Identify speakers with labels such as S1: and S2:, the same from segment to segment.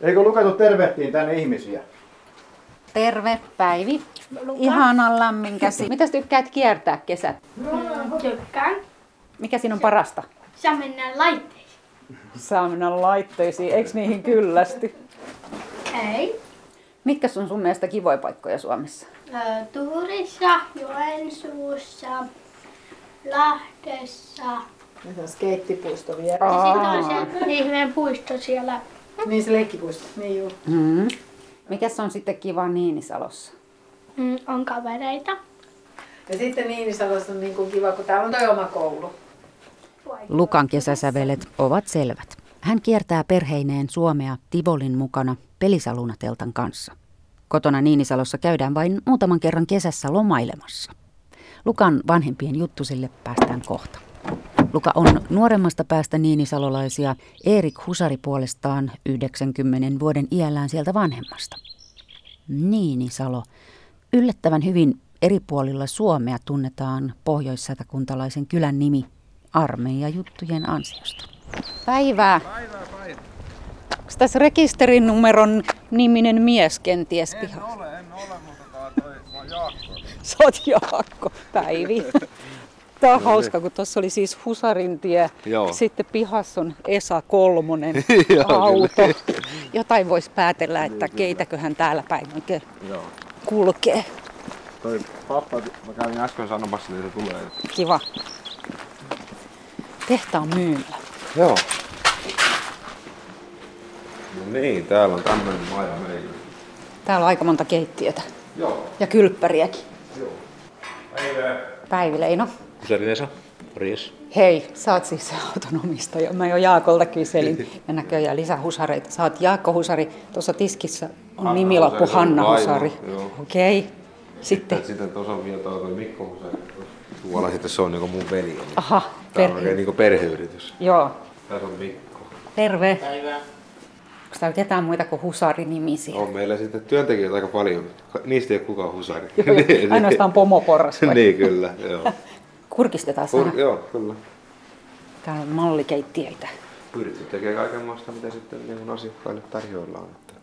S1: Eikö lukatu tervehtiin tänne ihmisiä?
S2: Terve Päivi. Ihanan lämmin käsi. Mitäs tykkäät kiertää kesät?
S3: Tykkään.
S2: Mikä siinä on parasta?
S3: Sä mennään laitteisiin.
S2: Saa mennä laitteisiin, eiks niihin kyllästy?
S3: Ei.
S2: Mitkä on sun mielestä kivoja paikkoja Suomessa?
S3: Ö, Tuurissa, Joensuussa, Lahdessa.
S4: Ja Niin se on skeittipuisto vielä.
S3: Ja sitten on se ihmeen puisto siellä.
S4: Niin se leikkipuisto, niin juu.
S2: Mm. Mikäs on sitten kiva Niinisalossa?
S3: Mm, on kavereita.
S4: Ja sitten Niinisalossa on niin kuin kiva, kun täällä on toi oma koulu.
S5: Lukan kesäsävelet ovat selvät. Hän kiertää perheineen Suomea Tivolin mukana pelisalunateltan kanssa. Kotona Niinisalossa käydään vain muutaman kerran kesässä lomailemassa. Lukan vanhempien juttusille päästään kohta. Luka on nuoremmasta päästä niinisalolaisia, Erik Husari puolestaan 90 vuoden iällään sieltä vanhemmasta. Niinisalo. Yllättävän hyvin eri puolilla Suomea tunnetaan pohjoissatakuntalaisen kylän nimi armeijajuttujen ansiosta.
S2: Päivää. Onko tässä rekisterinumeron niminen mies kenties pihassa? En ole, en ole, mutta toi, mä Jaakko. Sä oot Jaakko, Päivi. Tää on hauska, kun tuossa oli siis Husarintie,
S6: niin. Joo.
S2: sitten pihassa on Esa Kolmonen auto. Jotain voisi päätellä, että keitäköhän täällä päin oikein
S6: Niin, Joo.
S2: kulkee.
S6: Toi pappa, mä kävin äsken sanomassa, niin se tulee.
S2: Kiva. Tehtaan myymälä.
S6: Joo. No niin, täällä on tämmöinen maja meillä.
S2: Täällä on aika monta keittiötä
S6: Joo.
S2: ja kylppäriäkin. no.
S6: Päivää.
S2: Päivi Leino.
S7: Kusari Vesa, morjes.
S2: Hei, sä oot siis se auton omistaja. Mä jo Jaakolta kyselin. Ja näköjään lisää husareita. Sä oot Jaakko Husari. Tuossa tiskissä on
S6: Hanna
S2: nimilappu
S6: Husari, se on
S2: Hanna
S6: vaimo,
S2: Husari.
S6: joo.
S2: Okei. Okay. Sitten,
S6: Sitten tuossa on vielä toi Mikko Husari. Tuolla sitten se on niinku mun veli. Eli
S2: aha,
S6: Tää on
S2: perhe.
S6: oikein niinku perheyritys.
S2: Joo,
S6: Tässä on Mikko.
S2: terve. Päivää. Onko täällä ketään muita kuin Husari-nimisiä?
S6: On meillä sitten työntekijöitä aika paljon. Ka- Niistä ei ole kukaan husari.
S2: Joo, joo. Ainoastaan pomoporras vai?
S6: niin kyllä, joo.
S2: Kurkistetaan sana.
S6: Pur- joo, kyllä.
S2: Täällä on mallikeittiöitä.
S6: Yritys tekee kaikenlaista, mitä sitten niin asiakkaille tarjoillaan. Että.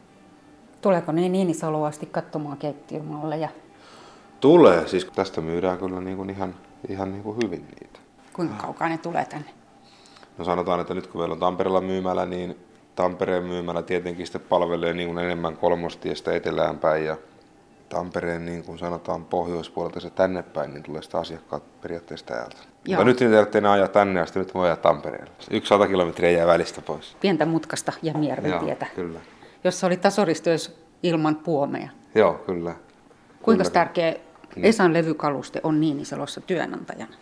S2: Tuleeko ne Niinisaloa asti katsomaan keittiömalleja?
S6: Tulee, siis tästä myydään kyllä niin kuin ihan, ihan niin kuin hyvin niitä.
S2: Kuinka kaukaa ne tulee tänne?
S6: No sanotaan, että nyt kun meillä on Tampereella myymälä, niin Tampereen myymälä tietenkin sitten palvelee niin kuin enemmän kolmostiestä etelään päin ja Tampereen niin kuin sanotaan pohjoispuolelta se tänne päin, niin tulee sitä asiakkaat periaatteessa täältä.
S2: Joo.
S6: Mutta nyt niitä ei tarvitse enää ajaa tänne asti, nyt voi ajaa Tampereelle. Yksi 100 kilometriä jää välistä pois.
S2: Pientä mutkasta ja Mierven tietä.
S6: kyllä.
S2: jossa oli tasoristeys ilman puomeja.
S6: Joo, kyllä.
S2: Kuinka
S6: Kyllä.
S2: tärkeä Esan levykaluste on Niinisalossa työnantajana?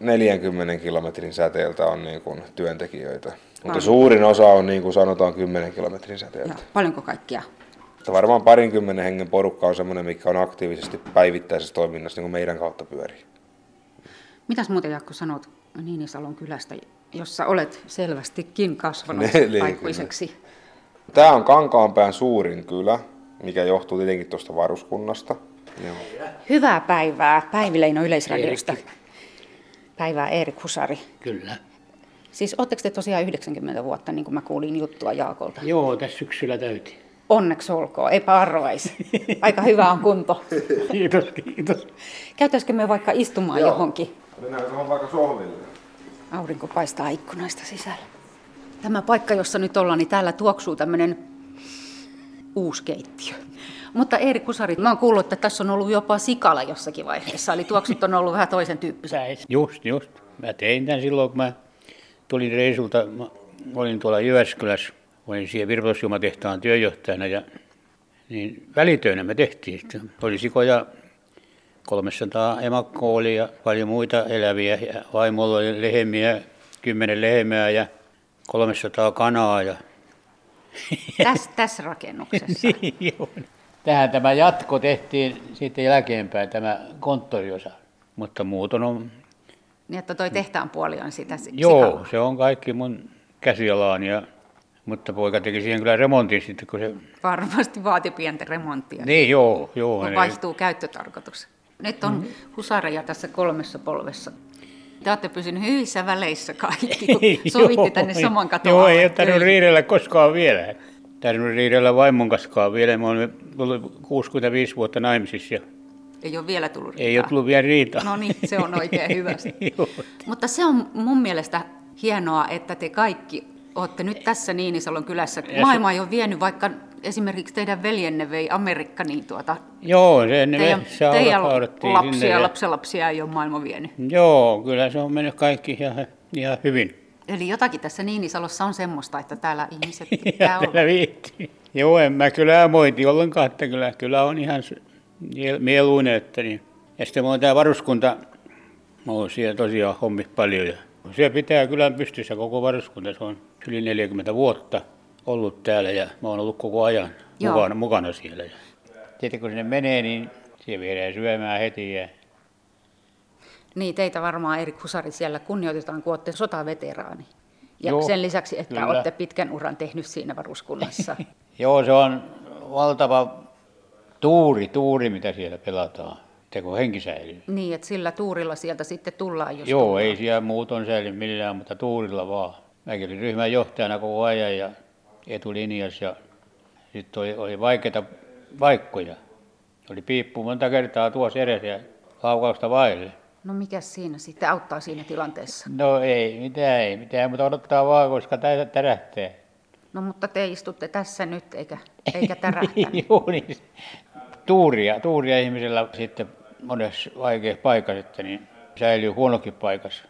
S6: 40 kilometrin säteeltä on niin kuin työntekijöitä, mutta suurin osa on niin kuin sanotaan 10 kilometrin
S2: Ja
S6: säteeltä.
S2: paljonko kaikkia?
S6: Mutta varmaan parinkymmenen hengen porukka on semmoinen, mikä on aktiivisesti päivittäisessä toiminnassa niin kuin meidän kautta pyörii.
S2: Mitäs muuten Jaakko sanot Niinisalon kylästä, jossa olet selvästikin kasvanut
S6: Niin, kyllä.
S2: aikuiseksi?
S6: Tämä on Kankaanpään suurin kylä, mikä johtuu tietenkin tuosta varuskunnasta. Joo.
S2: Hyvää päivää Päivi Leino Yleisradiosta. Päivää Erik Husari.
S8: Kyllä.
S2: Siis ootteko te tosiaan 90 vuotta, niin kuin mä kuulin juttua Jaakolta?
S8: Joo, tässä syksyllä täyti.
S2: Onneksi olkoon, eipä arvaisi. Aika hyvä on kunto.
S8: Kiitos, kiitos.
S2: Käytäisikö me vaikka istumaan
S6: Joo.
S2: johonkin?
S6: Mennään tuohon vaikka sohville.
S2: Aurinko paistaa ikkunoista sisällä. Tämä paikka, jossa nyt ollaan, niin täällä tuoksuu tämmöinen uusi keittiö. Mutta Eeri Kusari, mä oon kuullut, että tässä on ollut jopa sikala jossakin vaiheessa, eli tuoksut on ollut vähän toisen tyyppiset.
S8: Sais. Just, just. Mä tein tämän silloin, kun mä tulin reisulta. Mä olin tuolla Jyväskylässä. Olin siellä virvoisjuomatehtaan työjohtajana ja niin välitöinä me tehtiin sitä. Oli sikoja 300 emakkoa oli ja paljon muita eläviä. Ja vaimolla oli lehmiä, 10 lehmää ja 300 kanaa. Ja...
S2: Tässä, tässä rakennuksessa.
S8: Niin. Joo. Tähän tämä jatko tehtiin sitten jälkeenpäin, tämä konttoriosa. Mutta muuten on,
S2: Niin, että toi tehtaan puoli on sitä si-
S8: joo,
S2: sikalaa.
S8: se on kaikki mun käsialaani. Ja, mutta poika teki siihen kyllä remontin sitten, kun se...
S2: Varmasti vaati pientä remonttia,
S8: Niin, joo, joo.
S2: kun
S8: niin.
S2: vaihtuu käyttötarkoitus. Nyt on
S8: Mm-hmm.
S2: husareja tässä kolmessa polvessa. Te olette pysynyt hyvissä väleissä kaikki, kun sovitte tänne saman katon
S8: Joo,
S2: alle
S8: ei ole tarvinnut
S2: töihin.
S8: riidellä koskaan vielä. pitänyt riidellä vaimon kaskaa vielä. Me olemme ollut 65 vuotta naimisissa ja
S2: Ei ole vielä tullut riitaa.
S8: ei ole tullut vielä riitaa.
S2: No niin, se on oikein hyvä.
S8: Joo.
S2: Mutta se on mun mielestä hienoa, että te kaikki olette nyt tässä Niinisalon kylässä.
S8: Ja se-
S2: Maailma ei ole vienyt, vaikka esimerkiksi teidän veljenne vei Amerikka, niin tuota,
S8: Joo, se ne
S2: teidän,
S8: vessaa
S2: teidän
S8: haudattiin
S2: lapsia
S8: sinne
S2: ja
S8: ja-
S2: lapsenlapsia ei ole maailma vienyt.
S8: Joo, kyllä se on mennyt kaikki ihan, ihan hyvin.
S2: Eli jotakin tässä Niinisalossa on semmoista, että täällä ihmiset pitää
S8: Ja
S2: olla.
S8: tällä viitti. Joo, en mä kyllä moiti ollenkaan, että kyllä, kyllä on ihan s- miel- mieluinen. Että niin. Ja sitten mulla on tämä varuskunta, mä oon siellä tosiaan hommi paljon. Ja siellä pitää kylän pystyssä koko varuskunta, se on yli 40 vuotta ollut täällä ja mä oon ollut koko ajan
S2: Joo.
S8: mukana, mukana siellä. Ja sitten kun sinne menee, niin siellä viedään syömään heti ja
S2: Niin, teitä varmaan Erik Husari siellä kunnioitetaan, kun olette sotaveteraani. Ja Joo,
S8: Joo,
S2: sen lisäksi, että kyllä.
S8: kyllä.
S2: olette pitkän uran tehnyt siinä varuskunnassa.
S8: Joo, se on valtava tuuri, tuuri, mitä siellä pelataan. Teko henki säilyy.
S2: niin, että sillä tuurilla sieltä sitten tullaan, jos
S8: Joo,
S2: tullaan.
S8: ei siellä muuton säily millään, mutta tuurilla vaan. Mäkin olin ryhmän johtajana koko ajan ja etulinjas ja sitten oli, oli vaikeita paikkoja. Oli piippu monta kertaa tuossa edessä ja laukausta vaille.
S2: No mikä siinä sitten auttaa siinä tilanteessa?
S8: No ei mitään, ei mitään, mutta odottaa vaan, koska tä- tärähtää.
S2: No mutta te istutte tässä nyt, eikä, eikä tärähtänyt.
S8: Joo, niin. Tuuria, tuuria ihmisellä sitten monessa vaikeassa paikassa, että niin säilyy huonokin paikassa.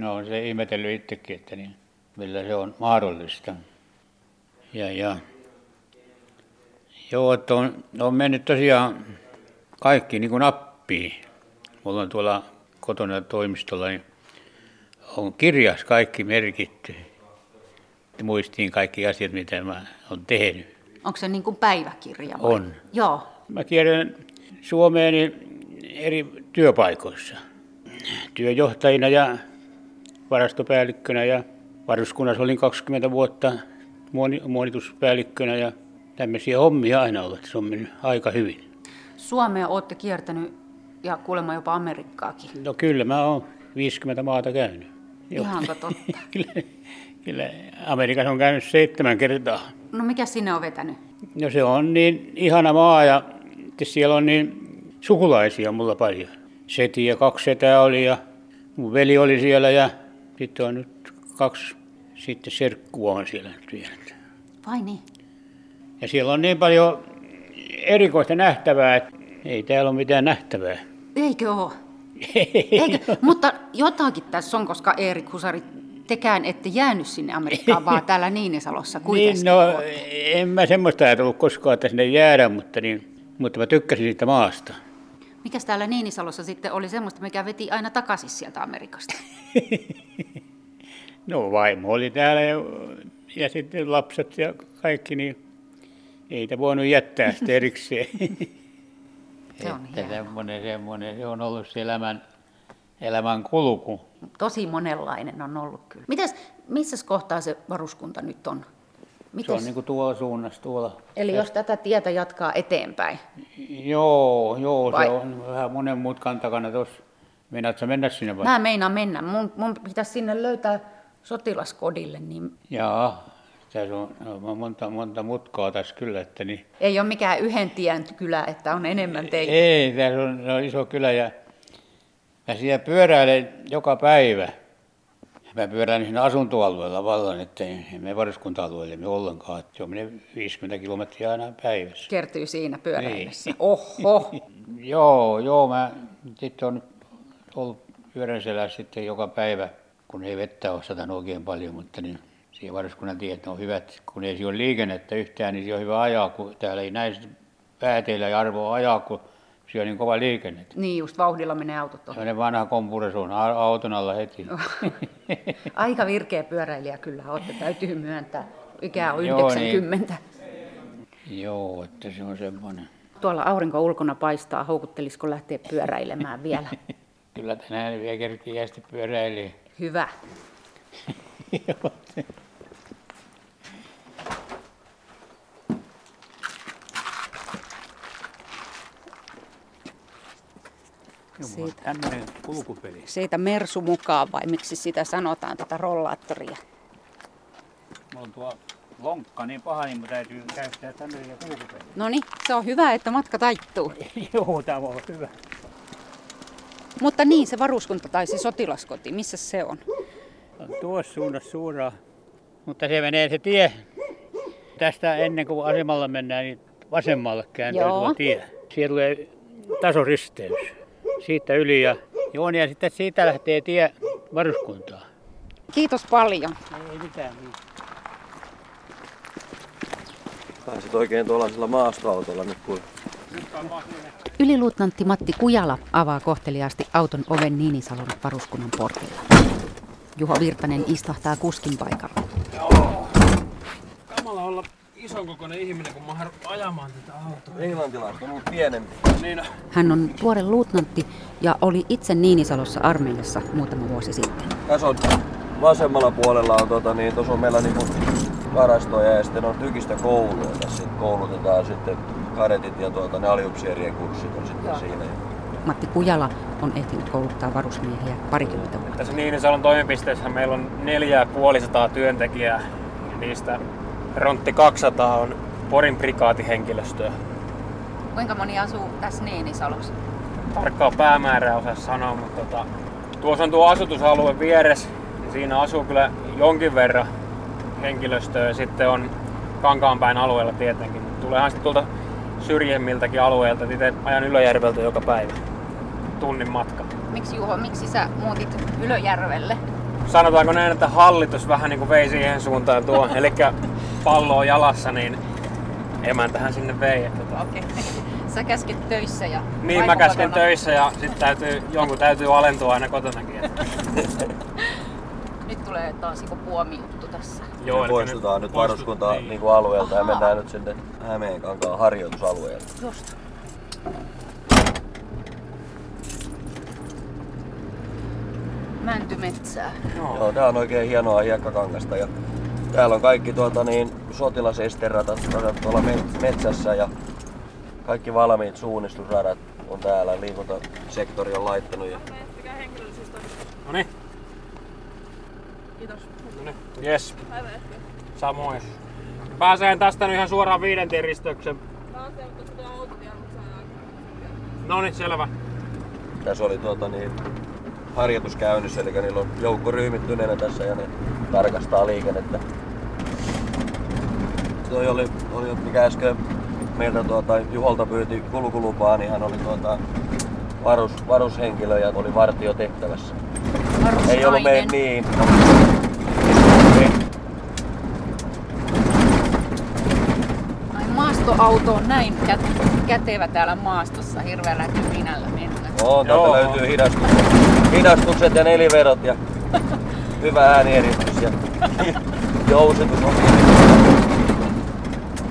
S8: No on se ihmetellyt itsekin, että niin, millä se on mahdollista. Ja, ja. Joo, että on, on mennyt tosiaan kaikki niin kuin nappiin. Mulla on tuolla kotona toimistolla, niin on kirjas kaikki merkitty. Muistiin kaikki asiat, mitä mä olen tehnyt.
S2: Onko se niin kuin päiväkirja? vai?
S8: On.
S2: Joo.
S8: Mä kierrän Suomeen niin eri työpaikoissa. Työjohtajina ja varastopäällikkönä ja varuskunnassa olin 20 vuotta muoni- muonituspäällikkönä ja tämmöisiä hommia aina ollut. Se on mennyt aika hyvin.
S2: Suomea olette kiertänyt ja kuulemma jopa Amerikkaakin.
S8: No kyllä, mä oon 50 maata käynyt. Joo.
S2: Ihanko totta?
S8: kyllä, kyllä Amerikassa on käynyt seitsemän kertaa.
S2: No mikä sinne on vetänyt?
S8: No se on niin ihana maa ja sitten siellä on niin sukulaisia mulla paljon. Seti ja kaksi setää oli ja mun veli oli siellä ja sitten on nyt kaksi sitten serkkua on siellä nyt vielä.
S2: Vai niin?
S8: Ja siellä on niin paljon erikoista nähtävää, että ei täällä ole mitään nähtävää.
S2: Eikö ole? Eikö? Mutta jotakin tässä on, koska Erik Husari, tekään ette jäänyt sinne Amerikkaan, vaan täällä Niinisalossa kuitenkin.
S8: Niin, no en mä semmoista ajatellut koskaan, että sinne jäädä, mutta, niin, mutta mä tykkäsin siitä maasta.
S2: Mikäs täällä Niinisalossa sitten oli semmoista, mikä veti aina takaisin sieltä Amerikasta?
S8: No vaimo oli täällä ja, ja sitten lapset ja kaikki, niin ei niitä voinut jättää sitten erikseen.
S2: Se on
S8: Että
S2: hienoa.
S8: semmoinen, semmoinen, se on ollut se elämän, elämän kulku.
S2: Tosi monenlainen on ollut kyllä. Mites, missä kohtaa se varuskunta nyt on?
S8: Se on Eh.
S2: Mites?
S8: niin kuin tuolla suunnassa tuolla.
S2: Eli jos tätä tietä jatkaa eteenpäin.
S8: Joo, joo,
S2: Vai-
S8: se on vähän monen mutkan takana tuossa. Meinaatko sä mennä sinne vai?
S2: Mä meinaan mennä. Mun, mun pitäisi sinne löytää sotilaskodille, niin
S8: Jaa, tässä on on monta, monta mutkaa tässä kyllä, että niin.
S2: ei ole mikään yhden tien kylä, että on enemmän teitä.
S8: Ei, tässä on, se on iso kylä ja mä siellä pyöräilen joka päivä. Mä pyöräilen siinä asuntoalueella vallan, että me varuskunta-alueelle me ollenkaan. että Se on menee 50 kilometriä aina päivässä.
S2: Kertyy siinä pyöräillessä.
S8: Niin.
S2: Oho!
S8: Joo, joo, mä sitten on ollut pyörän selässä sitten joka päivä, kun ei vettä ole satanut oikein paljon, mutta niin siihen varuskunnan tiet ne on hyvät. Kun ei siellä ole liikennettä yhtään, niin siellä on hyvä ajaa, kun täällä ei näistä pääteillä ja arvoa ajaa, kun siellä on niin kova liikenne.
S2: Niin just, vauhdilla menee autot ohi.
S8: Sellainen vanha kompura, se on a- auton alla heti.
S2: Aika virkeä pyöräilijä kyllä olette, täytyy myöntää. Ikää on
S8: Joo, niin.
S2: 90.
S8: Joo, että se on semmoinen.
S2: Tuolla aurinko ulkona paistaa, houkuttelisiko lähteä pyöräilemään vielä?
S8: Kyllä tänään vielä kerkiä sitten pyöräilee.
S2: Hyvä. Siitä,
S8: Tämmöinen kulkupeli.
S2: siitä Mersu mukaan vai miksi sitä sanotaan, tätä rollaattoria?
S8: Mulla on tuo lonkka niin paha, niin mun täytyy käyttää tämmöisiä kulkupeliä.
S2: No niin, se on hyvä, että matka taittuu.
S8: Joo, tämä on hyvä.
S2: Mutta niin, se varuskunta tai se sotilaskoti, missä se on?
S8: Tuossa suunnassa suoraan. Mutta se menee se tie. Tästä ennen kuin asemalla mennään, niin vasemmalle kääntyy
S2: Joo.
S8: tuo tie. Siellä tulee tasoristeys. Siitä yli ja joo, niin ja sitten siitä lähtee tie varuskuntaan.
S2: Kiitos paljon.
S8: Ei mitään.
S9: Pääsit oikein tuollaisella maastoautolla nyt kun
S2: Yliluutnantti Matti Kujala avaa kohteliaasti auton oven Niinisalon varuskunnan portilla. Juho Virtanen istahtaa kuskin paikalla.
S10: Kamala olla ison kokoinen ihminen, kun mä harun ajamaan tätä autoa.
S9: englantilaiset on ollut pienempi.
S10: Niin on.
S2: Hän on tuore luutnantti ja oli itse Niinisalossa armeijassa muutama vuosi sitten.
S9: Tässä on vasemmalla puolella on tota, niin tuossa on meillä niinku varastoja ja sitten on tykistä koulua. Tässä sit koulutetaan sitten kadetit ja tuota, ne aliupseerien kurssit on sitten siinä.
S2: Matti Kujala on ehtinyt kouluttaa varusmiehiä parikymmentä vuotta.
S10: Tässä Niinisalon toimipisteessä meillä on neljä puolisataa työntekijää. Ja niistä rontti 200 on Porin prikaatihenkilöstöä.
S2: Kuinka moni asuu tässä Niinisalossa?
S10: Tarkkaa päämäärää osaa sanoa, mutta tota, tuossa on tuo asutusalue vieressä. Ja siinä asuu kyllä jonkin verran henkilöstöä ja sitten on Kankaanpäin alueella tietenkin. Mut Tuleehan sitten tuolta syrjemmiltäkin alueilta. Itse ajan Ylöjärveltä joka päivä. Tunnin matka.
S2: Miksi Juho, miksi sä muutit Ylöjärvelle?
S10: sanotaanko näin, että hallitus vähän niin kuin vei siihen suuntaan tuo, eli pallo on jalassa, niin emäntähän sinne vei. Että tota.
S2: Okei. Sä käsket töissä ja...
S10: Niin mä käsken töissä ja sitten täytyy, jonkun täytyy alentua aina kotonakin. Että,
S2: Nyt tulee taas joku puomijuttu tässä.
S9: Joo,
S10: elikkä
S9: me poistutaan nyt
S10: poistu-
S9: varuskunta
S10: niin.
S9: niinku alueelta ja mennään nyt sinne Hämeenkankaan harjoitusalueelle.
S2: Just. Mäntymetsää.
S10: Niin. Joo.
S9: Joo, tää on oikein hienoa hiekkakangasta ja täällä on kaikki tuota niin sotilasesteradat radat tuolla me- metsässä ja kaikki valmiit suunnistusradat on täällä, liikuntasektori on laittanut ja
S10: No niin. Kiitos. No niin. Yes. Samoin. Pääseen tästä nyt ihan suoraan viidentien risteykseen. No niin, selvä.
S9: tässä oli tuota niin harjoitus käynnissä, eli niillä on joukko ryhmittyneenä tässä ja ne tarkastaa liikennettä. Toi oli, oli mikä äsken meiltä tuota, Juholta pyyti kulkulupaa, niin hän oli tuota, varus, varushenkilö ja oli vartiotehtävässä. Ei ollut meidän niin.
S2: Ai maastoauto on näin kät- kätevä täällä maastossa hirveällä hyminällä mennä.
S9: No,
S10: Joo.
S9: täältä löytyy hidastukset. Hidastukset ja neliverot ja hyvä äänieristys ja jousitus on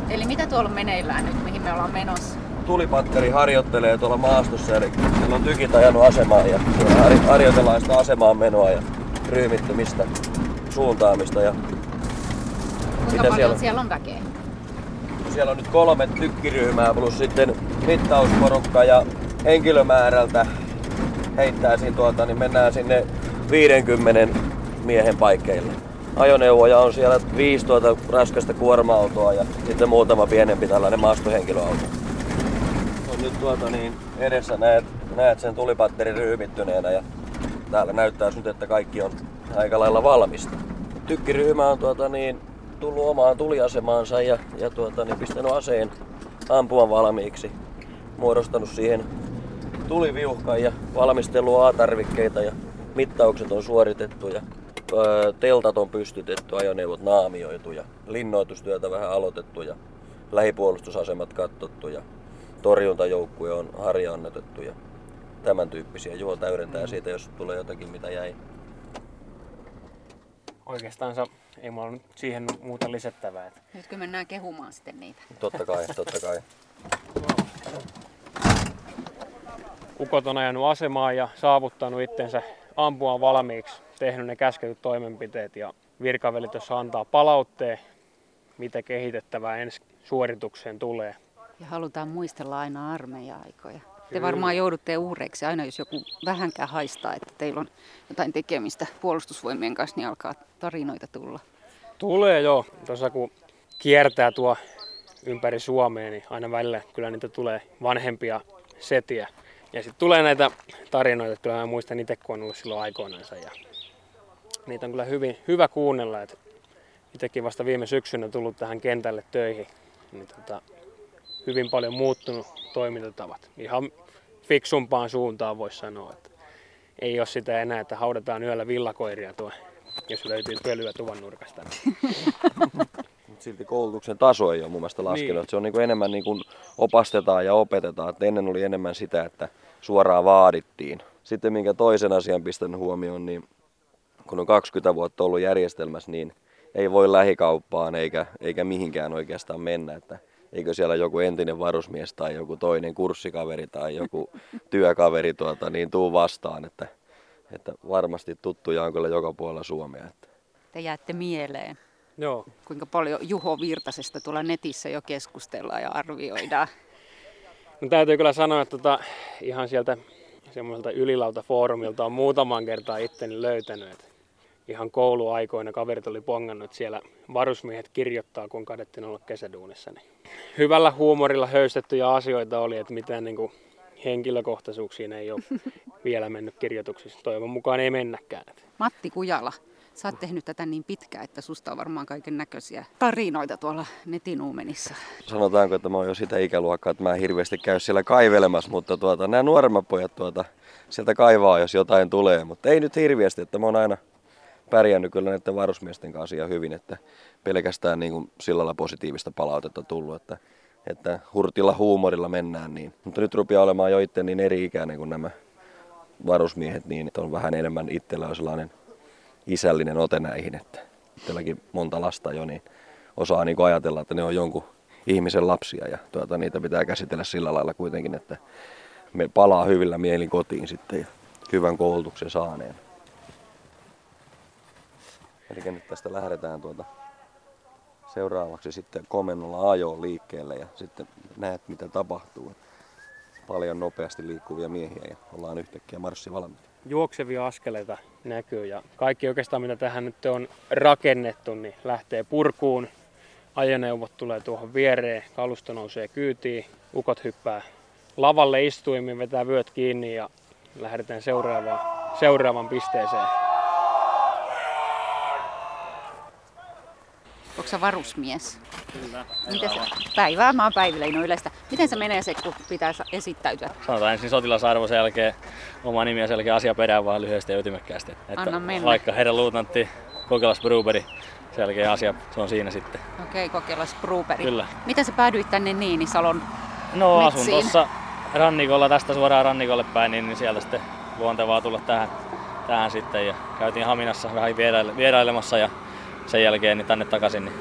S2: Eli mitä tuolla on meneillään nyt, mihin me ollaan menossa?
S9: tulipatkari harjoittelee tuolla maastossa, eli sillä on tykit ajanut asemaan ja siellä har- harjoitellaan sitä asemaan menoa ja ryhmittymistä, suuntaamista. Ja
S2: Kuinka
S9: Mitä
S2: paljon
S9: siellä
S2: siellä
S9: on?
S2: on? väkeä?
S9: siellä on nyt kolme tykkiryhmää plus sitten mittausporukka ja henkilömäärältä heittää siinä tuota, niin mennään sinne 50 miehen paikkeille. Ajoneuvoja on siellä viisi tuota raskasta kuorma-autoa ja sitten muutama pienempi tällainen maastohenkilöauto. on nyt tuota niin edessä näet, näet sen tulipatterin ryhmittyneenä ja täällä näyttää nyt, että kaikki on aika lailla valmista. Tykkiryhmä on tuota niin tullut omaan tuliasemaansa ja, ja tuota niin pistänyt aseen ampuman valmiiksi. Muodostanut siihen tuliviuhkan ja valmistellut A-tarvikkeita ja mittaukset on suoritettu ja öö, teltat on pystytetty, ajoneuvot naamioitu ja linnoitustyötä vähän aloitettu ja lähipuolustusasemat katsottu ja torjuntajoukkue on harjaannetettu ja tämän tyyppisiä. Juho täydentää siitä, jos tulee jotakin, mitä jäi.
S10: Oikeastaan ei mulla nyt siihen muuta lisättävää. Että
S2: Nyt kun mennään kehumaan sitten niitä.
S9: Totta kai, totta kai.
S10: ukot on ajanut asemaan ja saavuttanut itsensä ampua valmiiksi, tehnyt ne käsketyt toimenpiteet ja virkaveli tuossa antaa palautteen, mitä kehitettävää ensi suoritukseen tulee.
S2: Ja halutaan muistella aina armeija-aikoja. Te varmaan joudutte uhreiksi aina, jos joku vähänkään haistaa, että teillä on jotain tekemistä puolustusvoimien kanssa, niin alkaa tarinoita tulla.
S10: Tulee joo. Tuossa kun kiertää tuo ympäri Suomea, niin aina välillä kyllä niitä tulee vanhempia setiä. Ja sitten tulee näitä tarinoita, että kyllä mä muistan itse, kun on ollut silloin aikoinansa. Ja niitä on kyllä hyvin, hyvä kuunnella. Että itsekin vasta viime syksynä tullut tähän kentälle töihin, niin tota, hyvin paljon muuttunut toimintatavat. Ihan fiksumpaan suuntaan voisi sanoa, että ei ole sitä enää, että haudataan yöllä villakoiria tuo, jos löytyy pölyä tuvan nurkasta.
S9: Mut silti koulutuksen taso ei ole mun mielestä laskenut.
S10: Niin.
S9: Se on niinku enemmän niinku opastetaan ja opetetaan. Et ennen oli enemmän sitä, että suoraan vaadittiin. Sitten minkä toisen asian pistän huomioon, niin kun on 20 vuotta ollut järjestelmässä, niin ei voi lähikauppaan eikä, eikä mihinkään oikeastaan mennä. Että eikö siellä joku entinen varusmies tai joku toinen kurssikaveri tai joku työkaveri tuota, niin tuu vastaan. Että, että varmasti tuttuja on kyllä joka puolella Suomea. Että
S2: Te jäätte mieleen,
S10: Joo.
S2: kuinka paljon Juho Virtasesta tuolla netissä jo keskustellaan ja arvioidaan.
S10: No, täytyy kyllä sanoa, että tota, ihan sieltä semmoiselta ylilautafoorumilta on muutaman kertaa itteni löytänyt. Et ihan kouluaikoina kaverit oli pongannut, että siellä varusmiehet kirjoittaa, kun on kadettiin olla kesäduunissa. Niin. Hyvällä huumorilla höystettyjä asioita oli, että mitään niin kuin, henkilökohtaisuuksiin ei ole vielä mennyt kirjoituksissa. Toivon mukaan ei mennäkään. Et
S2: Matti Kujala, sä oot tehnyt tätä niin pitkään, että susta on varmaan kaiken näköisiä tarinoita tuolla netin uumenissa.
S9: sanotaanko, että mä oon jo sitä ikäluokkaa, että mä en hirveästi käy siellä kaivelemassa, mutta tuota, nämä nuoremmat pojat tuota, sieltä kaivaa, jos jotain tulee. Mutta ei nyt hirveästi, että mä oon aina pärjännyt kyllä näiden varusmiesten kanssa ihan hyvin, että pelkästään niin kuin sillä lailla positiivista palautetta tullut, että, että hurtilla huumorilla mennään niin. Mutta nyt rupeaa olemaan jo itse niin eri ikäinen kuin nämä varusmiehet, niin on vähän enemmän itsellä on sellainen isällinen ote näihin, että itselläkin monta lasta jo, niin osaa niin ajatella, että ne on jonkun ihmisen lapsia ja tuota, niitä pitää käsitellä sillä lailla kuitenkin, että me palaa hyvillä mielin kotiin sitten ja hyvän koulutuksen saaneen. Eli nyt tästä lähdetään tuota seuraavaksi sitten komennolla ajoon liikkeelle ja sitten näet mitä tapahtuu. Paljon nopeasti liikkuvia miehiä ja ollaan yhtäkkiä marssi valmiina.
S10: juoksevia askeleita näkyy ja kaikki oikeastaan mitä tähän nyt on rakennettu, niin lähtee purkuun. Ajoneuvot tulee tuohon viereen, kalusto nousee kyytiin, ukot hyppää lavalle istuimin, vetää vyöt kiinni ja lähdetään seuraavaan, seuraavan pisteeseen.
S2: Onko sä varusmies? Kyllä. Miten sä? Päivää, mä oon päivillä, ei ole yleistä. Miten se menee se, kun pitää sa- esittäytyä?
S11: Sanotaan ensin sotilasarvo, sen jälkeen oma nimi ja sen jälkeen asia perään vaan lyhyesti ja ytimekkäästi.
S2: Anna mennä.
S11: Vaikka herra luutnantti, kokelas Bruberi, sen jälkeen asia, se on siinä sitten.
S2: Okei, kokeillaan Bruberi.
S11: Kyllä.
S2: Miten sä päädyit tänne Niinisalon
S11: No asun
S2: metsiin?
S11: tuossa rannikolla, tästä suoraan rannikolle päin, niin, niin sieltä sitten luontevaa tulla tähän, tähän sitten. Ja käytiin Haminassa vähän vieraile, vierailemassa ja sen jälkeen niin tänne takaisin. Niin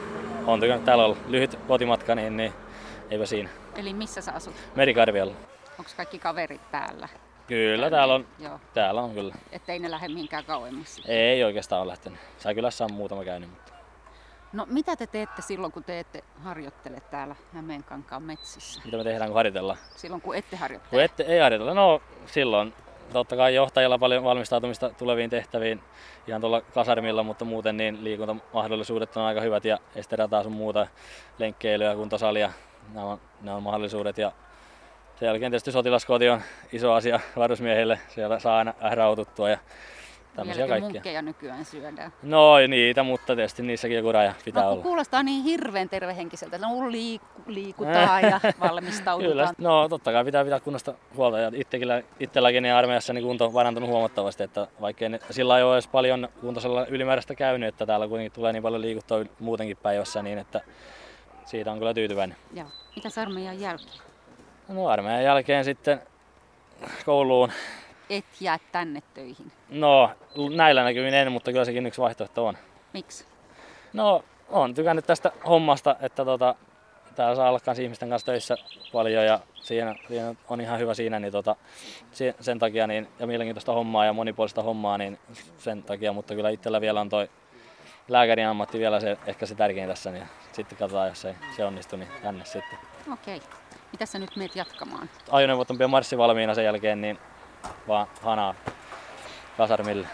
S11: on tykännyt täällä olla lyhyt kotimatka, niin, niin eipä siinä.
S2: Eli missä sä asut?
S11: Merikarvialla.
S2: Onko kaikki kaverit täällä?
S11: Kyllä, täällä on,
S2: Joo.
S11: täällä on kyllä.
S2: Ettei ne lähde mihinkään kauemmas.
S11: Ei oikeastaan ole lähtenyt. Säkylässä on muutama käynyt, mutta
S2: No mitä te teette silloin, kun te ette harjoittele täällä Hämeenkankaan metsissä?
S11: mitä me tehdään, kun harjoitellaan?
S2: Silloin, kun ette harjoittele.
S11: Kun ette, ei harjoitella, no silloin totta kai johtajilla paljon valmistautumista tuleviin tehtäviin ihan tuolla kasarmilla, mutta muuten niin liikuntamahdollisuudet on aika hyvät ja esterataa sun muuta lenkkeilyä, kuntosalia, nämä on, nämä on mahdollisuudet ja sen jälkeen tietysti sotilaskoti on iso asia varusmiehille, siellä saa aina ähraututtua ja tämmöisiä
S2: Vieläkö
S11: kaikkia.
S2: munkkeja nykyään syödään.
S11: No niitä, mutta tietysti niissäkin joku raja pitää
S2: No, kun
S11: olla.
S2: kuulostaa niin hirveän tervehenkiseltä, että no liiku, liikutaan ja valmistaudutaan.
S11: Kyllä, no totta kai pitää pitää kunnosta huolta ja itsekillä, itselläkin niin armeijassa niin kunto on parantunut huomattavasti, että vaikkei ne, sillä ei ole edes paljon kuntosalla ylimääräistä käynyt, että täällä kuitenkin tulee niin paljon liikuttua yl- muutenkin päivässä, niin että siitä on kyllä tyytyväinen.
S2: Joo. Mitäs armeijan jälkeen?
S11: No armeijan jälkeen sitten kouluun.
S2: Et jää tänne töihin.
S11: No l- näillä näkymin en, mutta kyllä sekin yksi vaihtoehto on.
S2: Miksi?
S11: No, on tykännyt tästä hommasta, että tota, täällä saa olla kans ihmisten kanssa töissä paljon ja siinä, siinä on ihan hyvä siinä, niin tota, se- sen takia niin, ja mielenkiintoista hommaa ja monipuolista hommaa, niin sen takia, mutta kyllä itsellä vielä on toi lääkärin ammatti vielä se, ehkä se tärkein tässä, niin sitten katsotaan, jos ei se onnistu, niin tänne sitten.
S2: Okei. Mitä sä nyt meet jatkamaan?
S11: Ajoneuvot on pian marssi valmiina sen jälkeen, niin vaan hanaa kasarmille.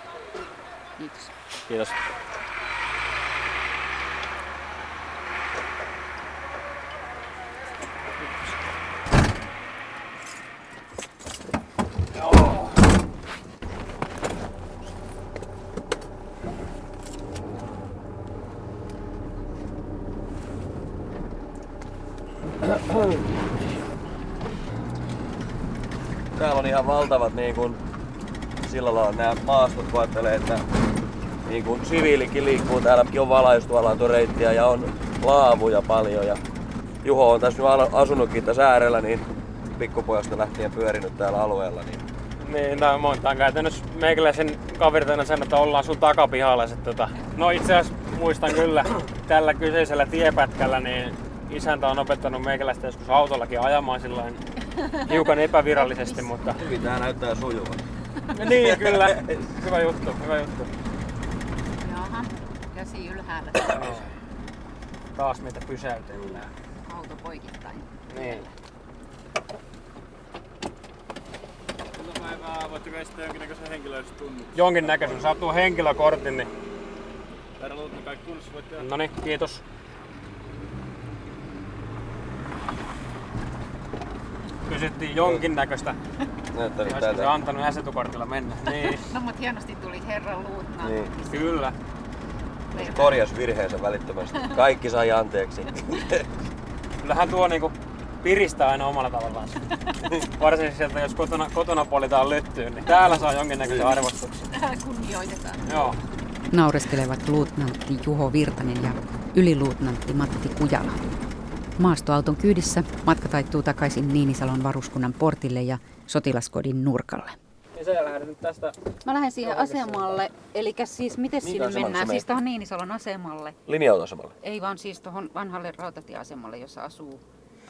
S2: Kiitos.
S11: Kiitos.
S9: Täällä on ihan valtavat niin kun, sillä lailla nämä maastot, kun ajattelee, että niin kun siviilikin liikkuu täälläkin on valaistualantoreittiä ja on laavuja paljon ja Juho on tässä nyt al- asunutkin tässä äärellä, niin pikkupojasta lähtien pyörinyt täällä alueella. Niin
S10: Niin, tai monta on käytännössä meikäläisen kaverina sen, että ollaan sun takapihalla. Että, tota. No itse asiassa muistan kyllä, tällä kyseisellä tiepätkällä niin isäntä on opettanut meikäläistä joskus autollakin ajamaan sillain hiukan epävirallisesti, mutta...
S9: Hyvin tää näyttää sujuvan.
S10: Niin, kyllä. Hyvä juttu, hyvä juttu.
S2: Jaha, käsi ylhäällä.
S10: Taas meitä pysäytellään.
S2: Auto poikittain.
S10: Niin. Päivää, voitteko esittää jonkinnäköisen henkilöllisyystunnuksen? Jonkinnäköisen, sattuu henkilökortin, niin... Tervetuloa kaikki kunnossa, voitte... No niin, kiitos. Kysyttiin jonkinnäköistä.
S9: Näyttää nyt
S10: Olisiko se
S9: tältä.
S10: antanut ihan etukortilla mennä? Niin.
S2: No mut hienosti tuli herran luutna.
S9: Niin.
S10: Kyllä.
S9: Se korjas virheensä välittömästi. Kaikki sai anteeksi.
S10: Kyllähän tuo niinku piristää aina omalla tavallaan. Varsinkin sieltä, jos kotona, kotona politaan lyttyyn, niin täällä saa jonkinnäköisen arvostuksen.
S2: Kunnioitetaan.
S10: Joo.
S5: Naureskelevat luutnantti Juho Virtanen ja yliluutnantti Matti Kujala. Maastoauton kyydissä matka taittuu takaisin Niinisalon varuskunnan portille ja sotilaskodin nurkalle.
S10: Ja sä lähdet nyt tästä
S2: Mä lähden siihen asemalle, eli siis miten
S9: Minkä
S2: sinne
S9: asemalle sä
S2: mennään?
S9: menet?
S2: Siis tuohon Niinisalon asemalle.
S9: Linja-autosemalle.
S2: Ei vaan siis tuohon vanhalle rautatieasemalle, jossa asuu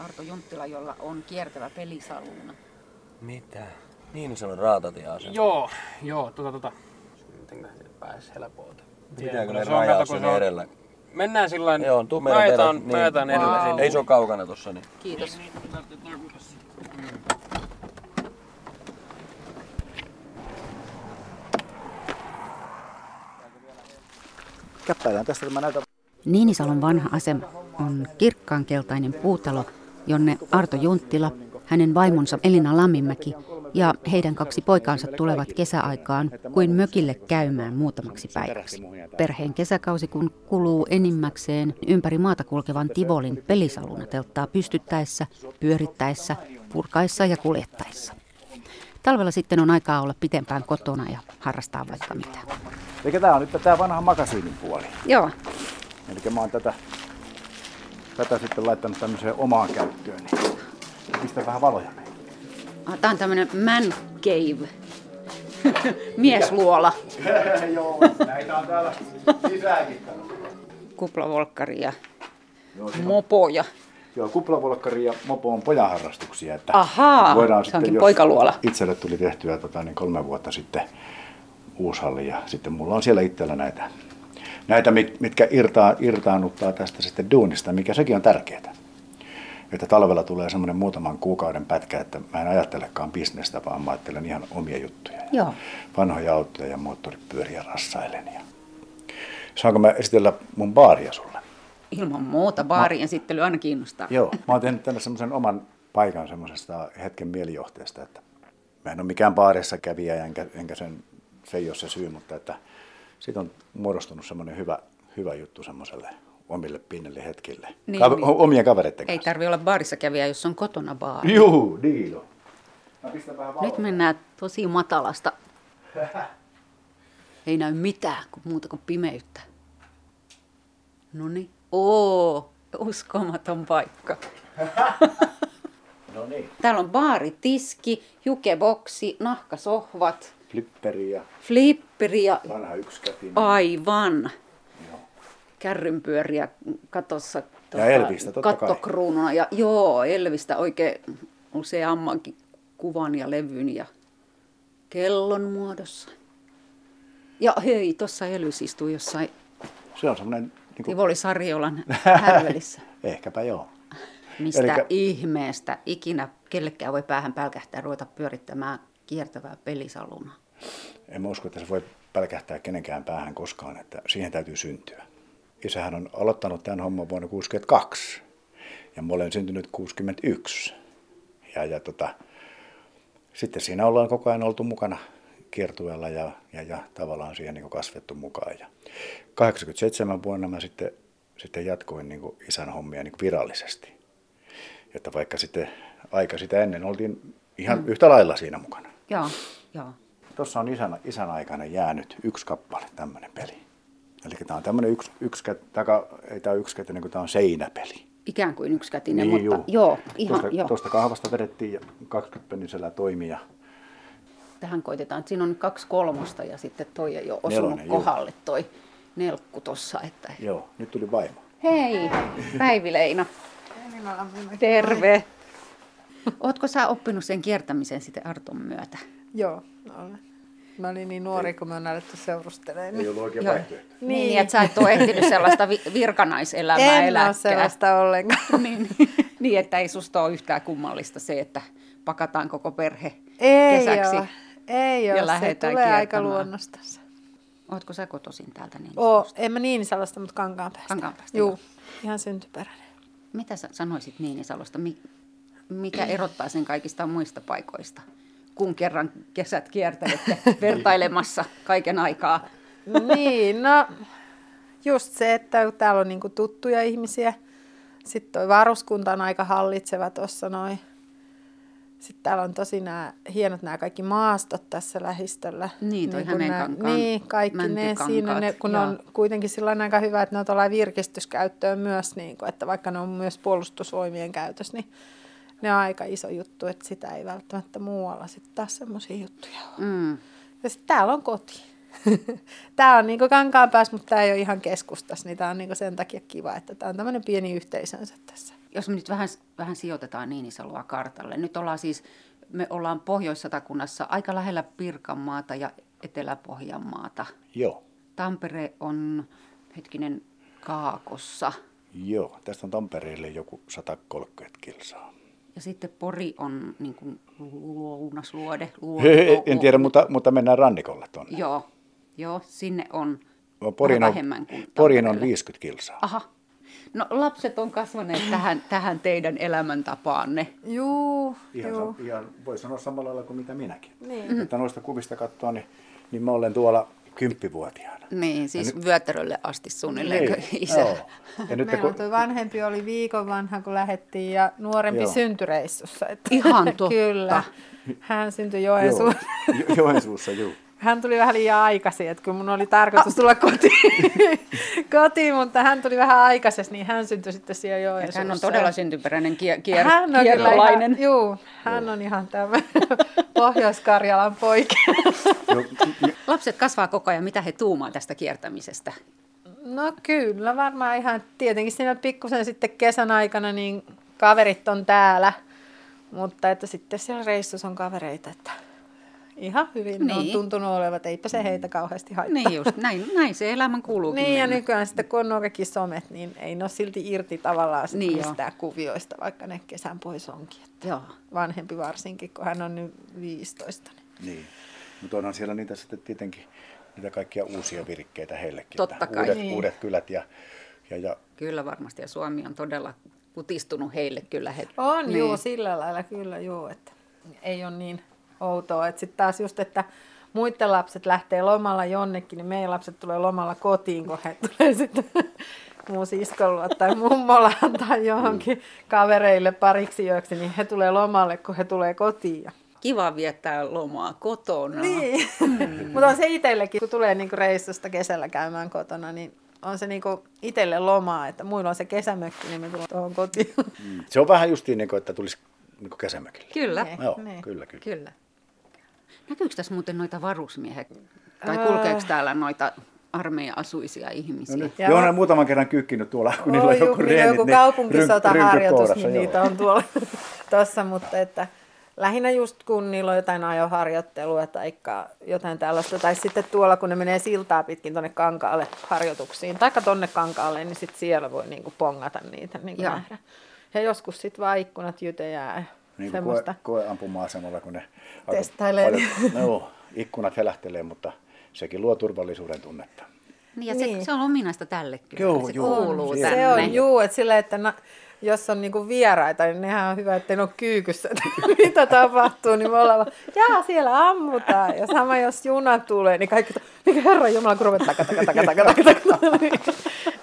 S2: Arto Junttila, jolla on kiertävä pelisaluuna.
S9: Mitä? Niin sanon raatatieasema.
S10: Joo, joo, tota tota. Mitenköhän se pääsee helpolta?
S9: Pitääkö ne
S10: Se on,
S9: rajaa
S10: kato, kun
S9: sen
S10: se on-
S9: edellä?
S10: Mennään sillä lailla,
S9: Joo, tuu meidän
S10: naetaan,
S9: perä-
S10: naetaan edellä sinne.
S9: Ei se ole kaukana tossa. Niin.
S2: Kiitos.
S1: Käppäillään tästä, mä näytän.
S5: Niinisalon vanha asema on kirkkaankeltainen puutalo, jonne Arto Junttila, hänen vaimonsa Elina Lamminmäki ja heidän kaksi poikaansa tulevat kesäaikaan kuin mökille käymään muutamaksi päiväksi. Perheen kesäkausi kun kuluu enimmäkseen ympäri maata kulkevan Tivolin pelisaluna telttaa pystyttäessä, pyörittäessä, purkaessa ja kuljettaessa. Talvella sitten on aikaa olla pitempään kotona ja harrastaa vaikka mitä.
S1: Eli tää on nyt tää vanha makasiinin puoli.
S5: Joo,
S1: Eli mä oon tätä, tätä sitten laittanut tämmöiseen omaan käyttöön. Niin pistä vähän valoja.
S2: Tämä Ah, on tämmönen man cave. Miesluola.
S1: Joo, näitä on täällä sisäänkin.
S2: Kuplavolkkari ja
S1: Joo, siinä on-
S2: mopoja.
S1: Joo, kuplavolkkari ja mopo on pojan harrastuksia. Että
S2: Ahaa,
S1: voidaan
S2: se
S1: sitten,
S2: onkin
S1: jos
S2: poikaluola.
S1: Itselle tuli tehtyä tota, niin kolme vuotta sitten uusi halli ja sitten mulla on siellä itsellä näitä, näitä mit- mitkä irtaa, irtaannuttaa tästä sitten duunista, mikä sekin on tärkeää. Että talvella tulee semmoinen muutaman kuukauden pätkä, että mä en ajattelekaan bisnestä, vaan mä ajattelen ihan omia juttuja.
S5: Joo.
S1: Vanhoja autoja ja moottoripyöriä rassailen. Ja... Saanko mä esitellä mun baaria sulle?
S2: Ilman muuta baarien esittely aina kiinnostaa.
S1: Joo, mä oon tehnyt tänne semmoisen oman paikan semmoisesta hetken mielijohteesta, että mä en ole mikään baarissa kävijä, enkä, enkä sen, se ei ole se syy, mutta että siitä on muodostunut semmoinen hyvä, hyvä juttu semmoiselle omille pienelle hetkille.
S2: Niin,
S1: Niin, Ka-
S2: niin.
S1: Omien kavereiden
S2: Ei
S1: kanssa.
S2: tarvi olla baarissa kävijä, jos on kotona baari.
S1: Juu, diilo. Mä pistän vähän
S2: Nyt mennään tosi matalasta. Ei näy mitään kuin muuta kuin pimeyttä. No niin. Oo, uskomaton paikka.
S1: No niin.
S2: Täällä on baaritiski, jukeboksi, nahkasohvat,
S1: Flipperi ja
S2: flipperi ja
S1: vanha yksikätinen.
S2: aivan kärrynpyöriä katossa. tota,
S1: Elvistä, totta kai.
S2: kattokruununa ja joo, Elvistä oikein useammankin kuvan ja levyn ja kellon muodossa. Ja hei, tuossa Elvis istuu jossain
S1: Se on semmoinen, niin kuin,
S2: Tivoli Sarjolan härvelissä.
S1: ehkäpä joo.
S2: Mistä
S1: Elikkä-
S2: ihmeestä ikinä kellekään voi päähän pälkähtää ruveta pyörittämään kiertävää pelisaluna.
S1: En mä usko, että se voi pälkähtää kenenkään päähän koskaan, että siihen täytyy syntyä. Isähän on aloittanut tämän homman vuonna 62 ja mä olen syntynyt 61. Ja, ja tota, sitten siinä ollaan koko ajan oltu mukana kiertueella ja, ja, ja tavallaan siihen niin kasvettu mukaan. Ja 87 vuonna mä sitten, sitten jatkoin niin isän hommia niin virallisesti. Että vaikka sitten aika sitä ennen oltiin ihan mm. yhtä lailla siinä mukana.
S2: Joo, joo.
S1: Tuossa on isän, isän aikana jäänyt yksi kappale tämmöinen peli. Eli tämä on tämmöinen yksi, yksi taka, ei tämä yksi kätinen, kun tämä on seinäpeli.
S2: Ikään kuin yksikätinen,
S1: Niin,
S2: niin, mutta joo, ihan
S1: tuosta,
S2: joo.
S1: tuosta kahvasta vedettiin ja 20-pennisellä toimi ja
S2: Tähän koitetaan, että siinä on kaksi kolmosta ja sitten toi ei ole osunut
S1: Nelonen, juu.
S2: kohdalle toi nelkku tossa. Että...
S1: joo, nyt tuli vaimo.
S2: Hei, Päivi-Leina. Terve. Ootko sä oppinut sen kiertämisen sitten Arton myötä?
S12: Joo, olen. Mä olin niin nuori, kun mä oon alettu seurustelemaan.
S1: Ei ollut oikein
S2: Joo.
S1: vaihtoehtoja.
S2: Niin. niin, että sä et ole ehtinyt sellaista vi- virkanaiselämää
S12: En
S2: elää.
S12: ole sellaista ollenkaan.
S2: Niin, niin, että ei susta ole yhtään kummallista se, että pakataan koko perhe
S12: Ei
S2: kesäksi.
S12: oo. Ei ole, se tulee
S2: lähdetään
S12: aika
S2: kiertämään.
S12: luonnostansa.
S2: Ootko sä kotoisin täältä niin?
S12: Oo, en mä Niinisalosta, mutta Kankaanpäästä.
S2: Kankaanpäästä,
S12: Juu,
S2: joo.
S12: ihan syntyperäinen.
S2: Mitä sä sanoisit Niinisalosta? Mi- mikä erottaa sen kaikista muista paikoista, kun kerran kesät kiertelette vertailemassa kaiken aikaa?
S12: niin, no just se, että kun täällä on niinku tuttuja ihmisiä. Sitten toi varuskunta on aika hallitseva tuossa noin. Sitten täällä on tosi nämä, hienot nämä kaikki maastot tässä lähistöllä.
S2: Niin, toi
S12: kun nää-
S2: Hämeenkankaan
S12: Niin, kaikki ne
S2: mäntykankaat,
S12: siinä, ne, kun ne on
S2: joo.
S12: kuitenkin sillä aika hyvä, että ne on tuolla virkistyskäyttöön myös, niin kun, että vaikka ne on myös puolustusvoimien käytössä, niin ne on aika iso juttu, että sitä ei välttämättä muualla sitten taas semmoisia juttuja ole.
S2: Mm.
S12: Ja sitten täällä on koti. Tää on niinku kankaan päässä, mutta tää ei ole ihan keskustassa, niin tää on niinku sen takia kiva, että tää on tämmöinen pieni yhteisönsä tässä.
S2: Jos me nyt vähän, vähän sijoitetaan Niinisalua kartalle. Nyt ollaan siis, me ollaan Pohjois-Satakunnassa aika lähellä Pirkanmaata ja Etelä-Pohjanmaata.
S1: Joo,
S2: Tampere on, hetkinen, Kaakossa.
S1: joo. Tästä on Tampereelle joku 130 kilsaa.
S2: Ja sitten Pori on niin kuin lounasluode. luo-
S1: en tiedä, mutta, mutta mennään rannikolle tuonne.
S2: Joo, joo, sinne on
S1: No, Porin
S2: vähän
S1: on,
S2: vähemmän kuin
S1: Porin on
S2: Tampereelle.
S1: 50 kilsaa.
S2: Aha. No lapset on kasvaneet tähän, tähän teidän elämäntapaanne.
S12: Juu,
S1: Ihan, sa- ihan voi sanoa samalla lailla kuin mitä minäkin.
S12: Niin.
S2: Mm-hmm.
S1: Mm. Että noista kuvista katsoo, niin, niin mä olen tuolla kymppivuotiaana.
S2: Niin, siis nyt... vyötärölle asti suunnilleen
S1: Niin,
S2: niin, isä.
S1: joo. Ja nyt
S12: Meillä
S1: kun,
S12: on toi vanhempi oli viikon vanha, kun lähdettiin ja nuorempi
S1: Joo.
S12: Joo. syntyreissussa. Että
S2: Ihan totta.
S12: Kyllä. Hän syntyi
S1: joo,
S12: Joensuun.
S1: Jo- Joensuussa, joo.
S12: Hän tuli vähän liian aikaisin, että kun mun oli tarkoitus tulla kotiin, kotiin, mutta hän tuli vähän aikaisesti, niin hän syntyi sitten siellä
S2: Että
S12: Joensuussa.
S2: Hän on todella syntyperäinen kier, kier,
S12: Hän on kyllä
S2: kiertolainen.
S12: ihan, juu, hän on ihan tämä Pohjois-Karjalan poika.
S2: Lapset kasvaa koko ajan. Mitä he tuumaa tästä kiertämisestä?
S12: No kyllä, varmaan ihan tietenkin siinä pikkusen sitten kesän aikana niin kaverit on täällä, mutta että sitten siellä reissussa on kavereita, että ihan hyvin niin. ne on
S2: Niin.
S12: tuntunut olevat, eipä se heitä kauheasti haittaa.
S2: Niin just, näin, näin se elämän kuuluukin
S12: Niin ja
S2: mennä.
S12: nykyään sitten kun on nuo kaikki somet, niin ei ne ole silti irti tavallaan sit
S2: Niin
S12: niin
S2: joo.
S12: mistään kuvioista, vaikka ne kesän pois onkin. Että
S2: Joo.
S12: Vanhempi varsinkin, kun hän on nyt 15. Niin.
S1: Niin. Mutta onhan siellä niitä sitten tietenkin, niitä kaikkia uusia virkkeitä heillekin.
S2: Totta
S1: Että
S2: kai.
S1: Uudet,
S2: Niin.
S1: uudet kylät ja, ja, ja
S2: Kyllä varmasti, ja Suomi on todella kutistunut heille kyllä. He...
S12: On,
S2: Niin.
S12: niin. joo, sillä lailla kyllä, joo, että ei ole niin outoa. Että sitten taas just, että muiden lapset lähtee lomalla jonnekin, niin meidän lapset tulee lomalla kotiin, kun he tulee sitten muun siskolla tai mummolaan tai johonkin kavereille pariksi yöksi, niin he tulee lomalle, kun he tulee kotiin. Ja...
S2: Kiva viettää lomaa kotona.
S12: Niin. Mutta on se itsellekin, kun tulee niinku reissusta kesällä käymään kotona, niin on se niinku itselle lomaa, että muilla on se kesämökki, niin me tullaan tuohon kotiin.
S1: mm. se on vähän justiin niin kuin, että tulisi niin kuin kesämökille.
S2: Kyllä.
S12: Niin,
S1: Joo,
S12: niin.
S1: kyllä, kyllä.
S2: Kyllä. Näkyykö tässä muuten noita varusmiehet? Tai
S12: Öö.
S2: kulkeeko täällä noita armeija-asuisia ihmisiä?
S1: No nyt,
S12: Ja-
S1: joo, ne on muutaman kerran kykkinyt tuolla, kun niillä
S12: Oi
S1: on joku
S12: juu,
S1: reenit.
S12: joku
S1: niin rynky
S12: kaupunkisotaharjoitus,
S1: kourassa,
S12: niin
S1: joo.
S12: niitä on tuolla tuossa, mutta että lähinnä just kun niillä on jotain ajoharjoittelua tai jotain tällaista, tai sitten tuolla kun ne menee siltaa pitkin tuonne kankaalle harjoituksiin, tai tonne kankaalle, niin sitten siellä voi niinku pongata niitä niinku
S2: Joo.
S12: nähdä. Ja joskus sitten vaan ikkunat jytejää
S1: Niin kuin koe,
S12: niin semmoista.
S1: koeampuma-asemalla, kun ne aika
S12: Testailee.
S1: paljon- Joo, ikkunat helähtelee, mutta sekin luo turvallisuuden tunnetta.
S2: Niin, ja se,
S12: Niin.
S2: se on ominaista tälle kyllä.
S1: Joo,
S2: se
S1: joo,
S2: kuuluu
S1: se-
S2: tänne.
S12: Se on juu, että sillä, että na, jos on niinku vieraita, niin nehän on hyvä, että ne on kyykyssä, että mitä tapahtuu, niin me ollaan vaan, jaa, siellä ammutaan. Ja sama, jos juna tulee, niin kaikki, mikä herra Jumala, kun ruvetaan taka, taka, taka, taka, taka, taka, niin,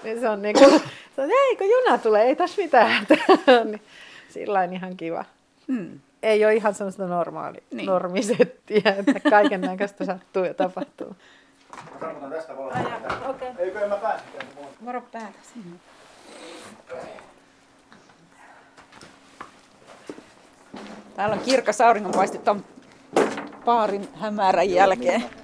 S12: niin se on niinku, se on, ei, kun juna tulee, ei tässä mitään. hätää." niin, Sillä ihan kiva.
S2: Mm.
S12: Ei ole ihan semmoista normaali,
S2: Niin.
S12: niin. normisettiä, että kaiken näköistä sattuu ja tapahtuu.
S13: Tarkoitan tästä valoa. Okei. Okay. Eikö en mä pääse tänne?
S12: Moro päätäsi.
S2: Täällä on kirkas auringonpaiste tämän paarin hämärän jälkeen.